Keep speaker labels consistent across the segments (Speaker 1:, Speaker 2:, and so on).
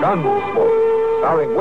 Speaker 1: Gunsmoke, starring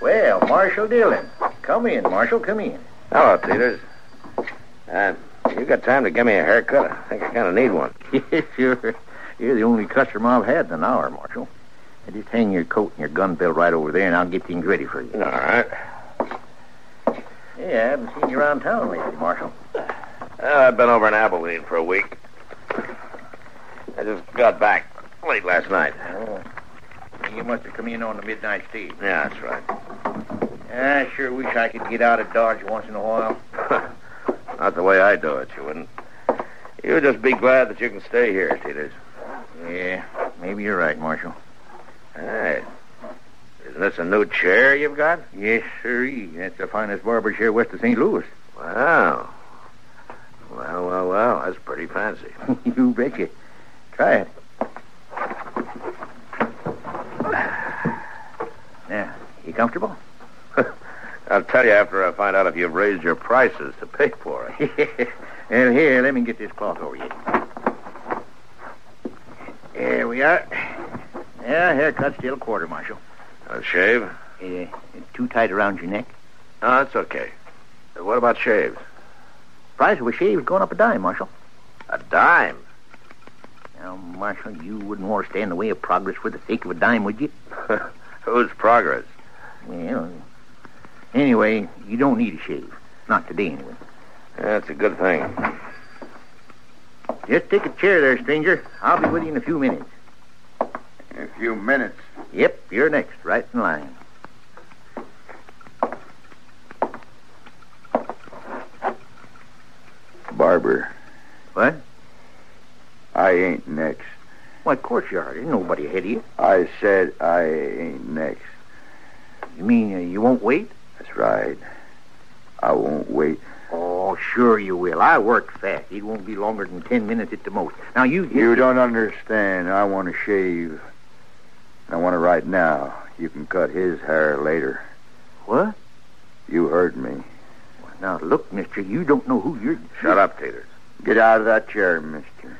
Speaker 2: Well, Marshal Dillon. Come in, Marshal. Come in.
Speaker 3: Hello, Peters. Uh, you got time to give me a haircut? I think I kind of need one.
Speaker 2: Yes, you're, you're the only customer I've had in an hour, Marshal. Now, just hang your coat and your gun belt right over there, and I'll get things ready for you.
Speaker 3: All right.
Speaker 2: Yeah, I haven't seen you around town lately, Marshal.
Speaker 3: Uh, I've been over in Abilene for a week. I just got back late last night.
Speaker 2: Oh. You must have come in on the midnight stage.
Speaker 3: Yeah, that's right.
Speaker 2: I sure wish I could get out of Dodge once in a while.
Speaker 3: Not the way I do it, you wouldn't. You just be glad that you can stay here, Peters.
Speaker 2: Yeah, maybe you're right, Marshal.
Speaker 3: Hey, isn't this a new chair you've got?
Speaker 2: Yes, sirree. That's the finest barber chair west of St. Louis.
Speaker 3: Wow. Well, well, well, that's pretty fancy.
Speaker 2: you betcha. Try it. Now, you comfortable?
Speaker 3: I'll tell you after I find out if you've raised your prices to pay for it.
Speaker 2: well, here, let me get this cloth over you. Here we are. Yeah, haircut's still a quarter, Marshal.
Speaker 3: A shave?
Speaker 2: Uh, too tight around your neck.
Speaker 3: No, that's okay. Uh, What about shaves?
Speaker 2: Price of a shave's gone up a dime, Marshal.
Speaker 3: A dime?
Speaker 2: Now, Marshal, you wouldn't want to stay in the way of progress for the sake of a dime, would you?
Speaker 3: Who's progress?
Speaker 2: Well, anyway, you don't need a shave. Not today, anyway.
Speaker 3: That's a good thing.
Speaker 2: Just take a chair there, stranger. I'll be with you in a few minutes.
Speaker 4: A few minutes.
Speaker 2: Yep, you're next, right in line.
Speaker 4: Barber,
Speaker 2: What?
Speaker 4: I ain't next.
Speaker 2: Why, of course you are. There's nobody ahead of you.
Speaker 4: I said I ain't next.
Speaker 2: You mean uh, you won't wait?
Speaker 4: That's right. I won't wait.
Speaker 2: Oh, sure you will. I work fast. It won't be longer than ten minutes at the most. Now, you... just-
Speaker 4: You don't understand. I want to shave. I want it right now. You can cut his hair later.
Speaker 2: What?
Speaker 4: You heard me.
Speaker 2: Now, look, mister, you don't know who you're...
Speaker 3: Shut up, Peters.
Speaker 4: Get out of that chair, mister.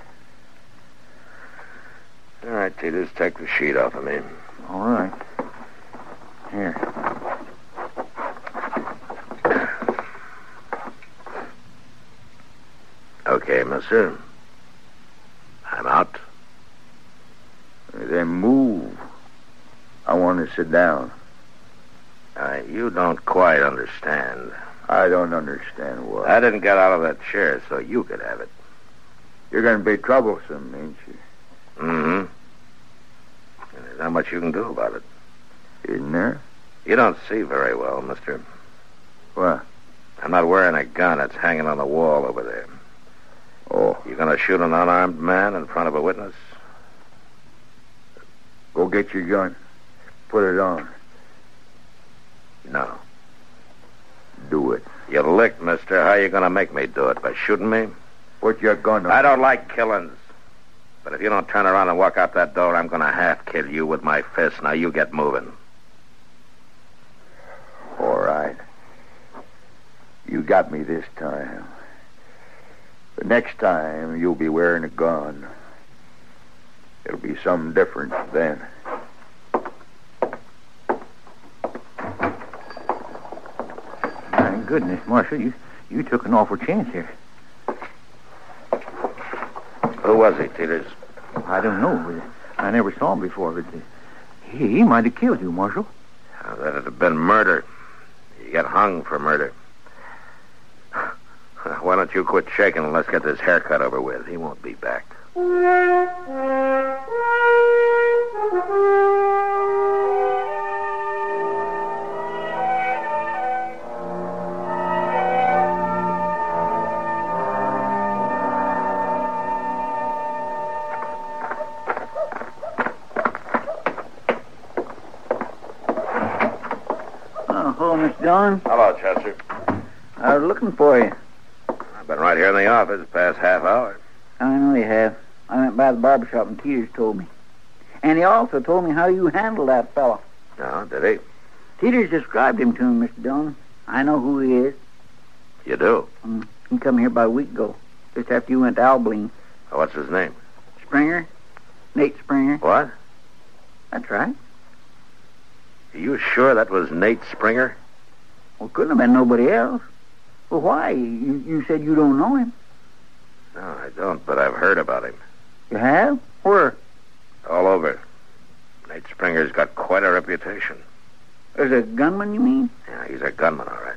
Speaker 3: All right, Peters, take the sheet off of me.
Speaker 2: All right. Here.
Speaker 3: Okay, monsieur. I'm out.
Speaker 4: Then move. I want to sit down.
Speaker 3: Uh, you don't quite understand.
Speaker 4: I don't understand why.
Speaker 3: I didn't get out of that chair so you could have it.
Speaker 4: You're going to be troublesome, ain't you?
Speaker 3: Mm-hmm. And there's not much you can do about it.
Speaker 4: Isn't there?
Speaker 3: You don't see very well, mister.
Speaker 4: What?
Speaker 3: I'm not wearing a gun. It's hanging on the wall over there.
Speaker 4: Oh,
Speaker 3: You gonna shoot an unarmed man in front of a witness?
Speaker 4: go get your gun. Put it on.
Speaker 3: No.
Speaker 4: Do it.
Speaker 3: You licked, mister. How you gonna make me do it? By shooting me?
Speaker 4: Put your gun on.
Speaker 3: I don't like killings. But if you don't turn around and walk out that door, I'm gonna half kill you with my fist. Now you get moving.
Speaker 4: All right. You got me this time. The next time, you'll be wearing a gun.
Speaker 5: It'll be some different then.
Speaker 6: My goodness, Marshal, you, you took an awful chance here.
Speaker 3: Who was he, Peters?
Speaker 6: I don't know. but I never saw him before, but uh, he, he might have killed you, Marshal.
Speaker 3: Now, that'd have been murder. You get hung for murder. Why don't you quit shaking and let's get this haircut over with? He won't be back.
Speaker 6: Uh, hello, Miss Dillon.
Speaker 3: Hello, Chester.
Speaker 6: I was looking for you.
Speaker 3: I've been right here in the office the past half hour.
Speaker 6: I know you have. I went by the barber shop and Peters told me. And he also told me how you handled that fellow.
Speaker 3: No, did
Speaker 6: Peters described him to me, Mr. Dillon. I know who he is.
Speaker 3: he? You do?
Speaker 6: He come here about a week ago, just after you went to Albeline.
Speaker 3: What's his name?
Speaker 6: Springer? Nate Springer?
Speaker 3: What?
Speaker 6: That's right.
Speaker 3: Are you sure that was Nate Springer?
Speaker 6: Well, couldn't have been nobody else. Well, why? You, you said you don't know him.
Speaker 3: No, I don't, but I've heard about him.
Speaker 6: You have? Where?
Speaker 3: All over. Nate Springer's got quite a reputation.
Speaker 6: As a gunman, you mean?
Speaker 3: Yeah, he's a gunman, all right.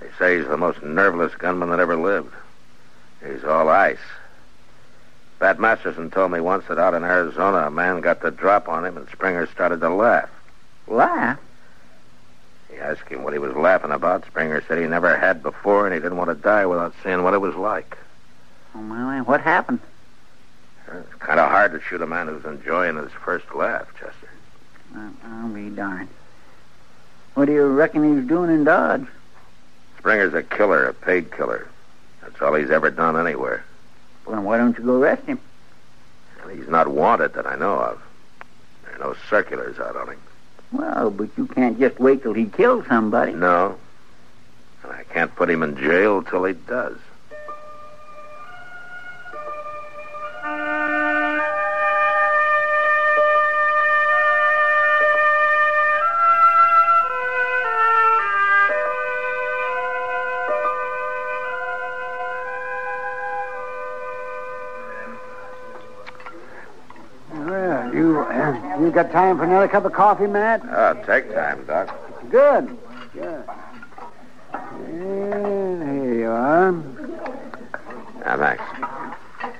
Speaker 3: They say he's the most nerveless gunman that ever lived. He's all ice. Pat Masterson told me once that out in Arizona, a man got the drop on him, and Springer started to laugh.
Speaker 6: Laugh?
Speaker 3: He asked him what he was laughing about. Springer said he never had before, and he didn't want to die without seeing what it was like.
Speaker 6: Oh, my, what happened?
Speaker 3: It's kind of hard to shoot a man who's enjoying his first laugh, Chester.
Speaker 6: I, I'll be darned. What do you reckon he was doing in Dodge?
Speaker 3: Springer's a killer, a paid killer. That's all he's ever done anywhere.
Speaker 6: Well, why don't you go arrest him?
Speaker 3: And he's not wanted that I know of. There are no circulars out on him.
Speaker 6: Well, but you can't just wait till he kills somebody.
Speaker 3: No. And I can't put him in jail till he does.
Speaker 2: Well, you uh, you got time for another cup of coffee, Matt?
Speaker 3: Oh, take time, Doc.
Speaker 2: Good. Good. And here you are.
Speaker 3: Ah, thanks.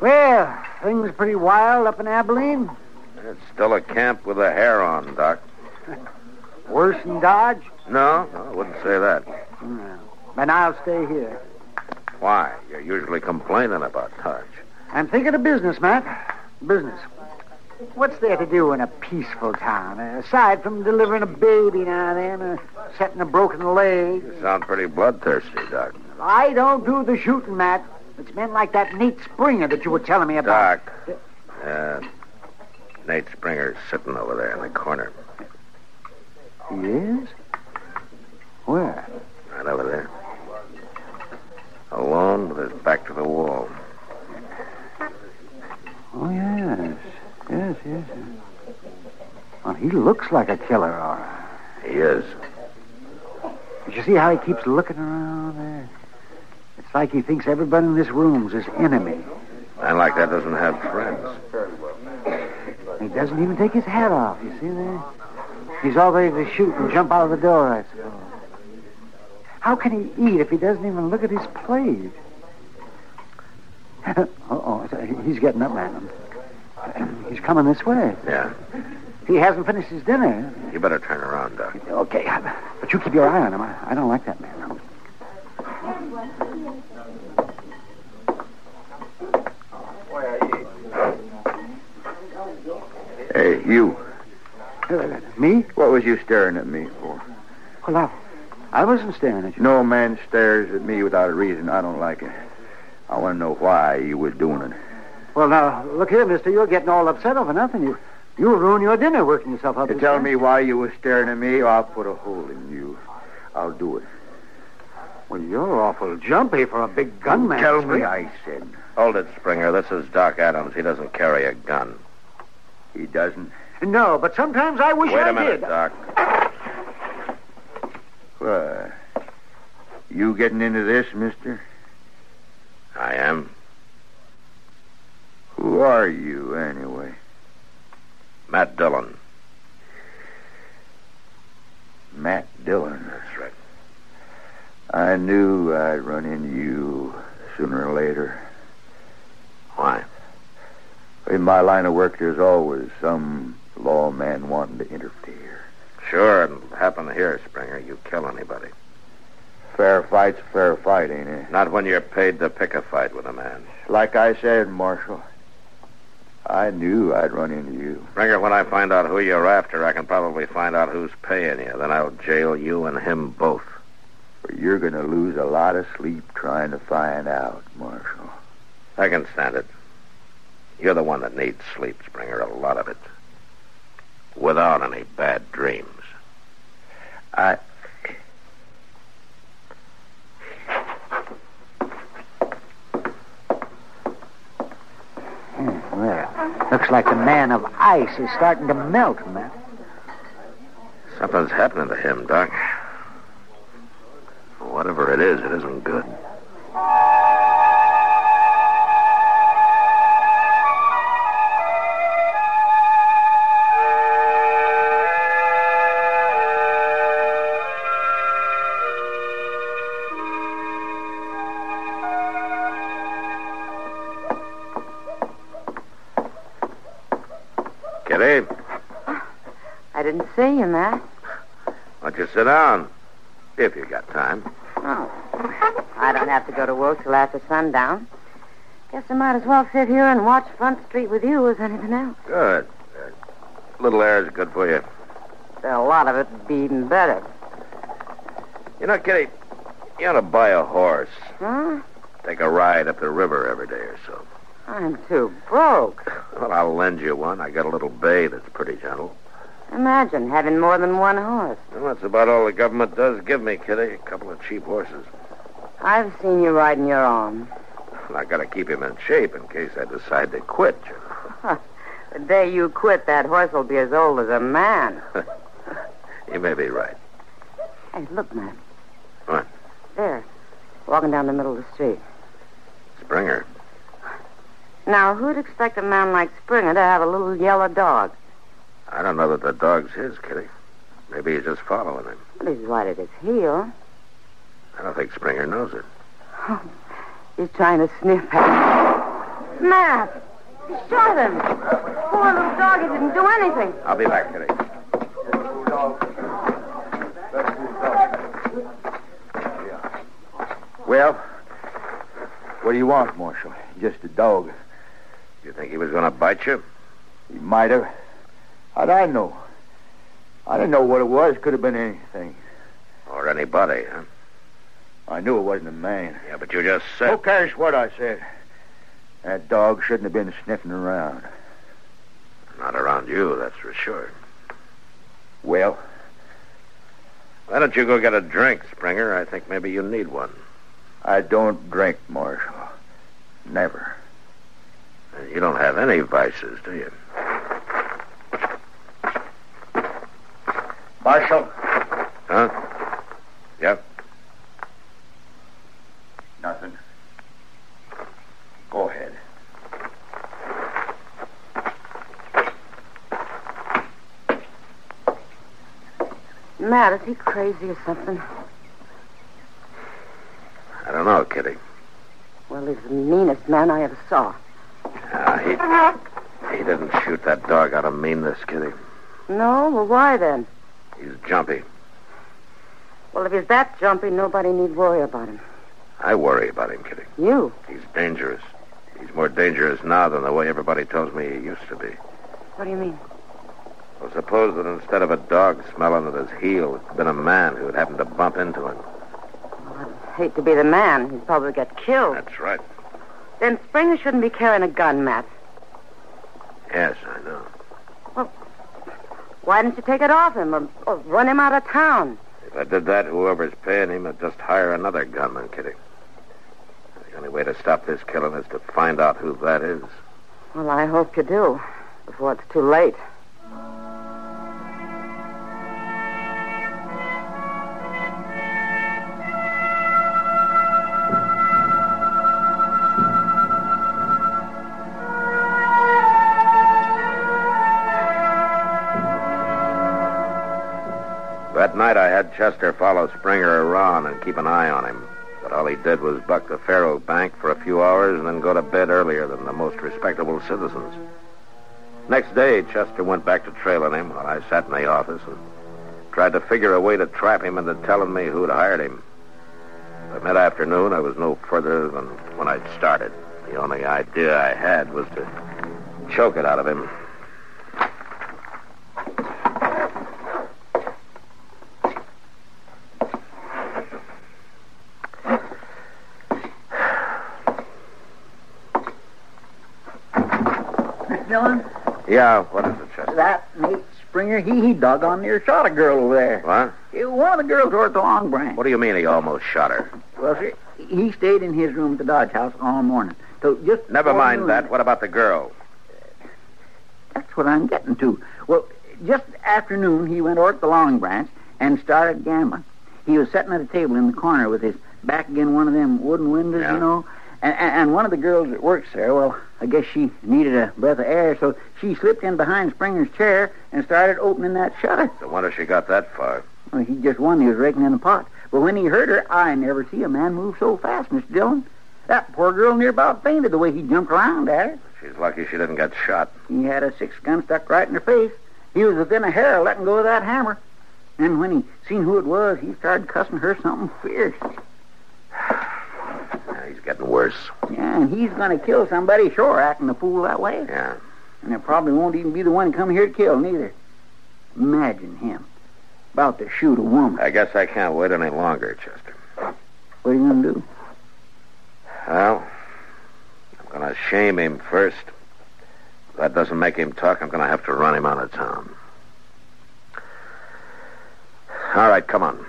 Speaker 2: Well, things pretty wild up in Abilene.
Speaker 3: It's still a camp with a hair on, Doc.
Speaker 2: Worse than Dodge.
Speaker 3: No, no, I wouldn't say that.
Speaker 2: But I'll stay here.
Speaker 3: Why? You're usually complaining about Dodge.
Speaker 2: I'm thinking of business, Matt. Business. What's there to do in a peaceful town, uh, aside from delivering a baby now and then, or setting a broken leg?
Speaker 3: You sound pretty bloodthirsty, Doc.
Speaker 2: I don't do the shooting, Matt. It's men like that Nate Springer that you were telling me about.
Speaker 3: Doc. Uh, Nate Springer's sitting over there in the corner.
Speaker 2: He is? Ah, Where?
Speaker 3: Right over there. Alone with his back to the wall.
Speaker 2: Oh, yes. Yes, yes. yes. Well, he looks like a killer, all right.
Speaker 3: He is.
Speaker 2: Did you see how he keeps looking around there? It's like he thinks everybody in this room's his enemy.
Speaker 3: Man like that doesn't have friends.
Speaker 2: He doesn't even take his hat off, you see there? He's all ready to shoot and jump out of the door, I suppose. How can he eat if he doesn't even look at his plate? Uh-oh, uh, he's getting up, man. He's coming this way.
Speaker 3: Yeah.
Speaker 2: He hasn't finished his dinner.
Speaker 3: You better turn around, Doc.
Speaker 2: Okay, I- but you keep your eye on him. I, I don't like that man.
Speaker 5: Hey, you.
Speaker 2: Uh, me?
Speaker 5: What was you staring at me for?
Speaker 2: Well, I, I wasn't staring at you.
Speaker 5: No man stares at me without a reason. I don't like it. I want to know why you was doing it.
Speaker 2: Well, now look here, Mister. You're getting all upset over nothing. You, you ruin your dinner working yourself up.
Speaker 5: You
Speaker 2: this
Speaker 5: tell
Speaker 2: way.
Speaker 5: me why you was staring at me, or I'll put a hole in you. I'll do it.
Speaker 2: Well, you're awful jumpy for a big gunman.
Speaker 1: Tell
Speaker 2: Spring.
Speaker 1: me, I said.
Speaker 3: Hold it, Springer. This is Doc Adams. He doesn't carry a gun.
Speaker 1: He doesn't.
Speaker 2: No, but sometimes I wish
Speaker 3: Wait
Speaker 2: I
Speaker 3: a minute,
Speaker 2: did.
Speaker 3: Doc.
Speaker 1: Well, you getting into this, mister?
Speaker 3: I am
Speaker 1: Who are you, anyway?
Speaker 3: Matt Dillon.
Speaker 1: Matt Dillon.
Speaker 3: That's right.
Speaker 1: I knew I'd run into you sooner or later.
Speaker 3: Why?
Speaker 1: In my line of work, there's always some lawman wanting to interfere.
Speaker 3: Sure, it'll happen here, Springer. You kill anybody.
Speaker 1: Fair fight's a fair fight, ain't it?
Speaker 3: Not when you're paid to pick a fight with a man.
Speaker 1: Like I said, Marshal, I knew I'd run into you.
Speaker 3: Springer, when I find out who you're after, I can probably find out who's paying you. Then I'll jail you and him both.
Speaker 1: But you're going to lose a lot of sleep trying to find out, Marshal.
Speaker 3: I can stand it. You're the one that needs sleep, Springer, a lot of it. Without any bad dreams.
Speaker 1: I.
Speaker 2: Well, Hmm, looks like the man of ice is starting to melt, Matt.
Speaker 3: Something's happening to him, Doc. Whatever it is, it isn't good. Kitty,
Speaker 7: I didn't see you, Matt.
Speaker 3: why don't you sit down? If you got time.
Speaker 7: Oh. I don't have to go to work till after sundown. Guess I might as well sit here and watch Front Street with you as anything else.
Speaker 3: Good. Little air is good for you.
Speaker 7: A lot of it would be even better.
Speaker 3: You know, Kitty, you ought to buy a horse.
Speaker 7: Huh?
Speaker 3: Take a ride up the river every day or so.
Speaker 7: I'm too broke.
Speaker 3: Well, I'll lend you one. I got a little bay that's pretty gentle.
Speaker 7: Imagine having more than one horse.
Speaker 3: Well, that's about all the government does give me, Kitty. A couple of cheap horses.
Speaker 7: I've seen you riding your arm.
Speaker 3: And I gotta keep him in shape in case I decide to quit. you know.
Speaker 7: The day you quit, that horse will be as old as a man.
Speaker 3: You may be right.
Speaker 7: Hey, look, Matt.
Speaker 3: What?
Speaker 7: There. Walking down the middle of the street.
Speaker 3: Springer.
Speaker 7: Now, who'd expect a man like Springer to have a little yellow dog?
Speaker 3: I don't know that the dog's his, Kitty. Maybe he's just following him.
Speaker 7: But he's right at his heel.
Speaker 3: I don't think Springer knows it.
Speaker 7: He's trying to sniff at him. Matt! He shot him! Poor little dog, he didn't do anything.
Speaker 3: I'll be back, Kitty.
Speaker 1: Well, what do you want, Marshal? Just a dog.
Speaker 3: You think he was gonna bite you?
Speaker 1: He might have. How'd I know? I didn't know what it was. Could have been anything.
Speaker 3: Or anybody, huh?
Speaker 1: I knew it wasn't a man.
Speaker 3: Yeah, but you just said.
Speaker 1: Who
Speaker 4: Oh.
Speaker 1: cares what I said? That dog shouldn't have been sniffing around.
Speaker 3: Not around you, that's for sure.
Speaker 1: Well,
Speaker 3: Why don't you go get a drink, Springer? I think maybe you need one.
Speaker 1: I don't drink, Marshal. Never.
Speaker 3: You don't have any vices, do you?
Speaker 1: Marshal?
Speaker 3: Huh?
Speaker 1: Nothing. Go ahead.
Speaker 7: Matt, is he crazy or something?
Speaker 3: I don't know, Kitty.
Speaker 7: Well, he's the meanest man I ever saw.
Speaker 3: Uh, he, he didn't shoot that dog out of meanness, Kitty.
Speaker 7: No? Well, why then?
Speaker 3: He's jumpy.
Speaker 7: Well, if he's that jumpy, nobody need worry about him.
Speaker 3: I worry about him, Kitty.
Speaker 7: You?
Speaker 3: He's dangerous. He's more dangerous now than the way everybody tells me he used to be.
Speaker 7: What do you mean?
Speaker 3: Well, suppose that instead of a dog smelling at his heel, it's been a man who had happened to bump into him.
Speaker 7: Hate to be the man. He'd probably get killed.
Speaker 3: That's right.
Speaker 7: Then Springer shouldn't be carrying a gun, Matt.
Speaker 3: Yes, I know.
Speaker 7: Why didn't you take it off him or, or run him out of town?
Speaker 3: If I did that, whoever's paying him would just hire another gunman, Kitty. The only way to stop this killing is to find out who that is.
Speaker 7: Well, I hope you do before it's too late.
Speaker 3: That night I had Chester follow Springer around and keep an eye on him. But all he did was buck the Faro Bank for a few hours and then go to bed earlier than the most respectable citizens. Next day, Chester went back to trailing him while I sat in the office and tried to figure a way to trap him into telling me who'd hired him. By mid afternoon, I was no further than when I'd started. The only idea I had was to choke it out of him.
Speaker 2: Dillon,
Speaker 3: Yeah, what is it, Chester?
Speaker 2: that Nate Springer, he, he doggone near shot a girl over there.
Speaker 3: What?
Speaker 2: Eh, One of the girls over at the Long Branch.
Speaker 3: What do you mean he almost shot her?
Speaker 2: Well, sir, he stayed in his room at the Dodge House all morning. So just
Speaker 3: Never
Speaker 2: before
Speaker 3: mind
Speaker 2: noon-
Speaker 3: that. What about the girl?
Speaker 2: That's what I'm getting to. Well, just after noon, he went over at the Long Branch and started gambling. He was sitting at a table in the corner with his back against one of them wooden windows,
Speaker 3: Yeah.
Speaker 2: you know. And, and and one of the girls that works there, well, I guess she needed a breath of air, so she slipped in behind Springer's chair and started opening that shutter.
Speaker 3: No wonder she got that far.
Speaker 2: Well, he just won. He was raking in the pot. But when he heard her, I never see a man move so fast, Mr. Dillon. That poor girl near about fainted the way he jumped around at her.
Speaker 3: She's lucky she didn't get shot.
Speaker 2: He had a six gun stuck right in her face. He was within a hair of letting go of that hammer. And when he seen who it was, he started cussing her something fierce.
Speaker 3: Yeah, he's getting worse.
Speaker 2: Yeah, and he's going to kill somebody, sure, acting a fool that way.
Speaker 3: Yeah.
Speaker 2: And it probably won't even be the one come here to kill, neither. Imagine him about to shoot a woman.
Speaker 3: I guess I can't wait any longer, Chester.
Speaker 2: What are you going to do?
Speaker 3: Well, I'm going to shame him first. If that doesn't make him talk, I'm going to have to run him out of town. All right, come on.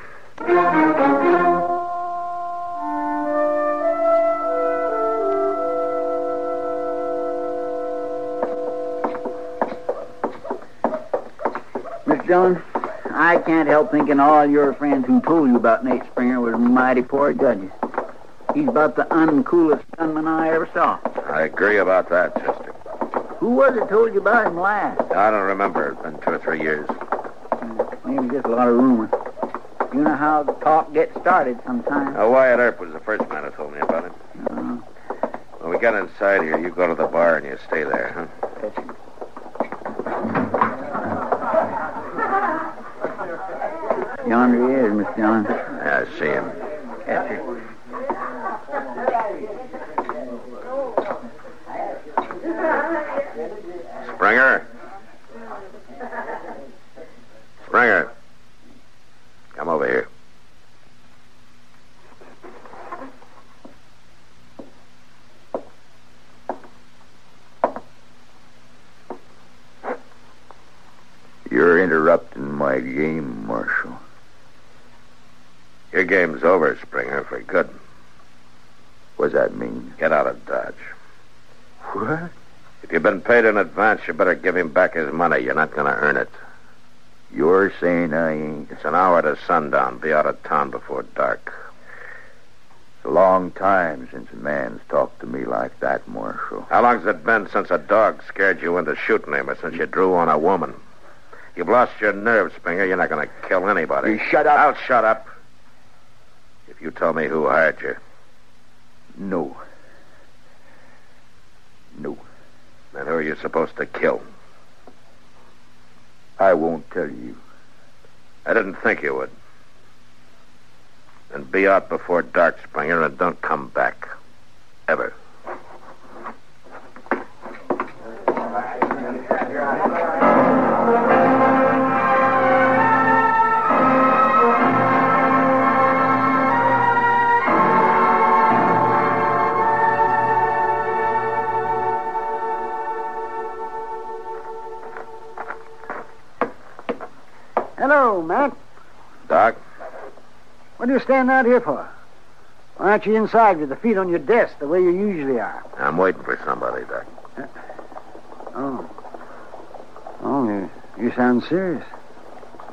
Speaker 2: Miss Dillon, I can't help thinking all your friends who told you about Nate Springer was mighty poor judges. He's about the uncoolest gunman I ever saw.
Speaker 3: I agree about that, Chester.
Speaker 2: Who was it told you about him last?
Speaker 3: I don't remember. It's been two or three years.
Speaker 2: Maybe just a lot of rumor. You know how talk gets started sometimes. Uh,
Speaker 3: Now, Wyatt Earp was the first man who told me about him. When we get inside here, you go to the bar and you stay there, huh?
Speaker 2: Yonder he is, Miss Dillon.
Speaker 3: Yeah, I see him.
Speaker 2: Catch her.
Speaker 3: Springer? Springer. Come over here.
Speaker 4: You're interrupting my game, Marshal.
Speaker 3: Your game's over, Springer, for good.
Speaker 4: What does that mean?
Speaker 3: Get out of Dodge.
Speaker 4: What?
Speaker 3: If you've been paid in advance, you better give him back his money. You're not going to earn it.
Speaker 4: You're saying I ain't.
Speaker 3: It's an hour to sundown. Be out of town before dark.
Speaker 4: It's a long time since a man's talked to me like that, Marshal.
Speaker 3: How long's it been since a dog scared you into shooting him or since you drew on a woman? You've lost your nerve, Springer. You're not going to kill anybody.
Speaker 4: You shut up.
Speaker 3: I'll shut up. If you tell me who hired you,
Speaker 4: No. No.
Speaker 3: then who are you supposed to kill?
Speaker 4: I won't tell you.
Speaker 3: I didn't think you would. And be out before dark, Springer, and don't come back. Ever.
Speaker 8: Hello, Matt.
Speaker 3: Doc?
Speaker 9: What are you standing out here for? Why aren't you inside with the feet on your desk the way you usually are?
Speaker 3: I'm waiting for somebody, Doc.
Speaker 9: Oh. Oh, you, you sound serious.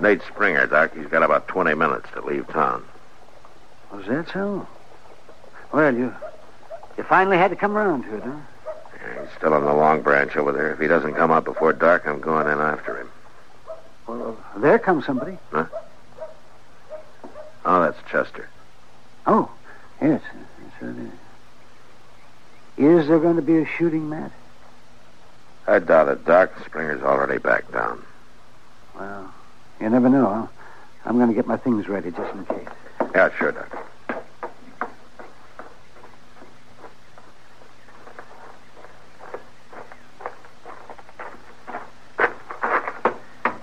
Speaker 3: Nate Springer, Doc. He's got about 20 minutes to leave town.
Speaker 9: Was that so? Well, you you finally had to come around to it, huh?
Speaker 3: Yeah, He's still on the long branch over there. If he doesn't come up before dark, I'm going in after him.
Speaker 9: Well,
Speaker 10: uh,
Speaker 9: there comes somebody.
Speaker 3: Oh, that's Chester.
Speaker 9: Oh, yes. It certainly is. Is there going to be a shooting, Matt?
Speaker 3: I doubt it, Doc. Springer's already back down.
Speaker 9: Well, you never know. huh? I'm going to get my things ready just in case.
Speaker 3: Yeah, sure, Doc.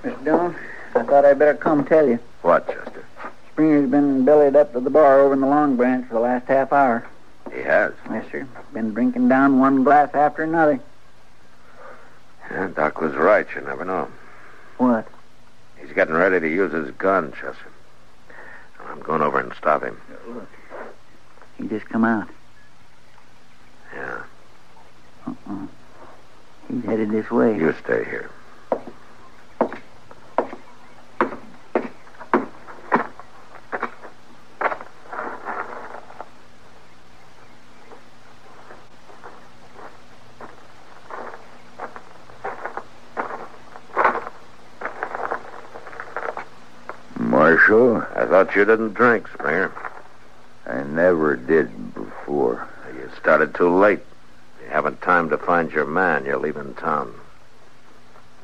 Speaker 10: Mr. Dillon, I thought I'd better come tell you.
Speaker 3: What, Chester?
Speaker 10: Springer's been bellied up to the bar over in the Long Branch for the last half hour.
Speaker 3: He has.
Speaker 10: Yes, sir. Been drinking down one glass after another.
Speaker 3: Yeah, Doc was right. You never know.
Speaker 10: What?
Speaker 3: He's getting ready to use his gun, Chester. I'm going over and stop him.
Speaker 10: He just come out.
Speaker 3: Yeah.
Speaker 10: Uh-uh. He's headed this way.
Speaker 3: You stay here.
Speaker 4: Marshal,
Speaker 3: I thought you didn't drink, Springer.
Speaker 4: I never did before.
Speaker 3: You started too late. You haven't time to find your man. You're leaving town.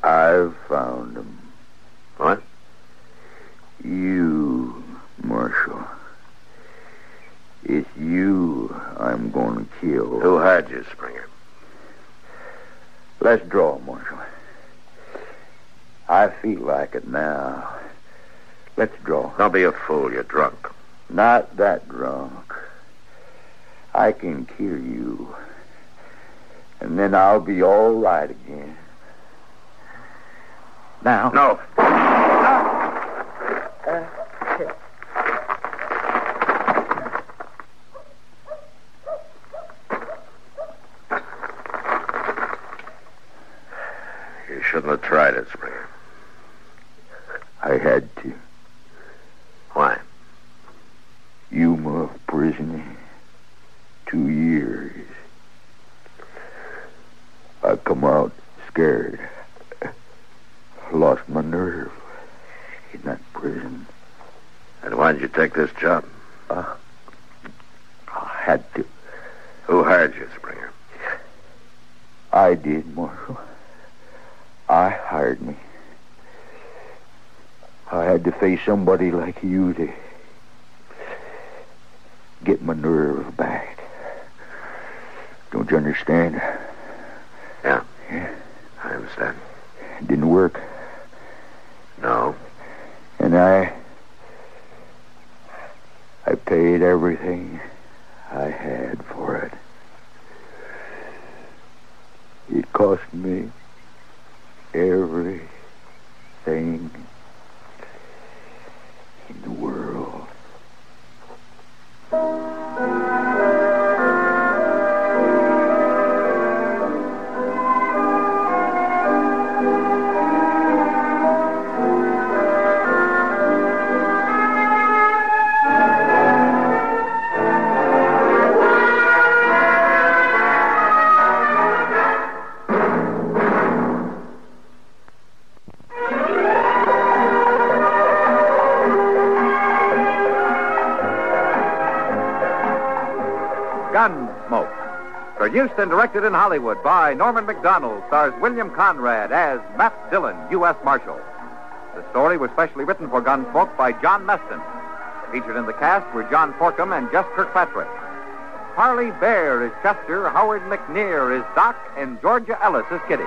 Speaker 4: I've found him.
Speaker 3: What?
Speaker 4: You, Marshal. It's you I'm going to kill.
Speaker 3: Who hired you, Springer?
Speaker 4: Let's draw, Marshal. I feel like it now. Let's draw.
Speaker 3: Don't be a fool. You're drunk.
Speaker 4: Not that drunk. I can kill you. And then I'll be all right again. Now.
Speaker 3: No. You shouldn't have tried it, Springer.
Speaker 4: I had to.
Speaker 3: Why?
Speaker 4: You my prisoner. Two years. I come out scared. Lost my nerve in that prison.
Speaker 3: And why did you take this job?
Speaker 4: I had to.
Speaker 3: Who hired you, Springer?
Speaker 4: I did, Marshal. I hired me. I had to face somebody like you to get my nerve back. Don't you understand?
Speaker 3: I understand.
Speaker 4: It didn't work.
Speaker 3: No.
Speaker 4: And I. I paid everything I had for it. It cost me everything in the world.
Speaker 1: Gunsmoke. Produced and directed in Hollywood by Norman McDonald, stars William Conrad as Matt Dillon, U.S. Marshal. The story was specially written for Gunsmoke by John Meston. Featured in the cast were John Forcum and Jess Kirkpatrick. Harley Bear is Chester, Howard McNear is Doc, and Georgia Ellis is Kitty.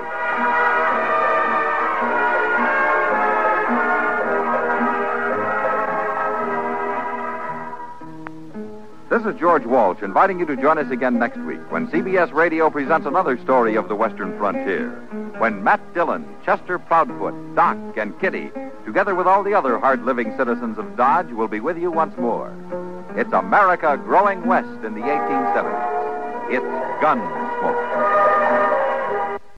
Speaker 1: This is George Walsh inviting you to join us again next week when CBS Radio presents another story of the Western frontier. When Matt Dillon, Chester Proudfoot, Doc, and Kitty together with all the other hard living citizens of Dodge, will be with you once more. It's America growing west in the 1870s. It's Gunsmoke.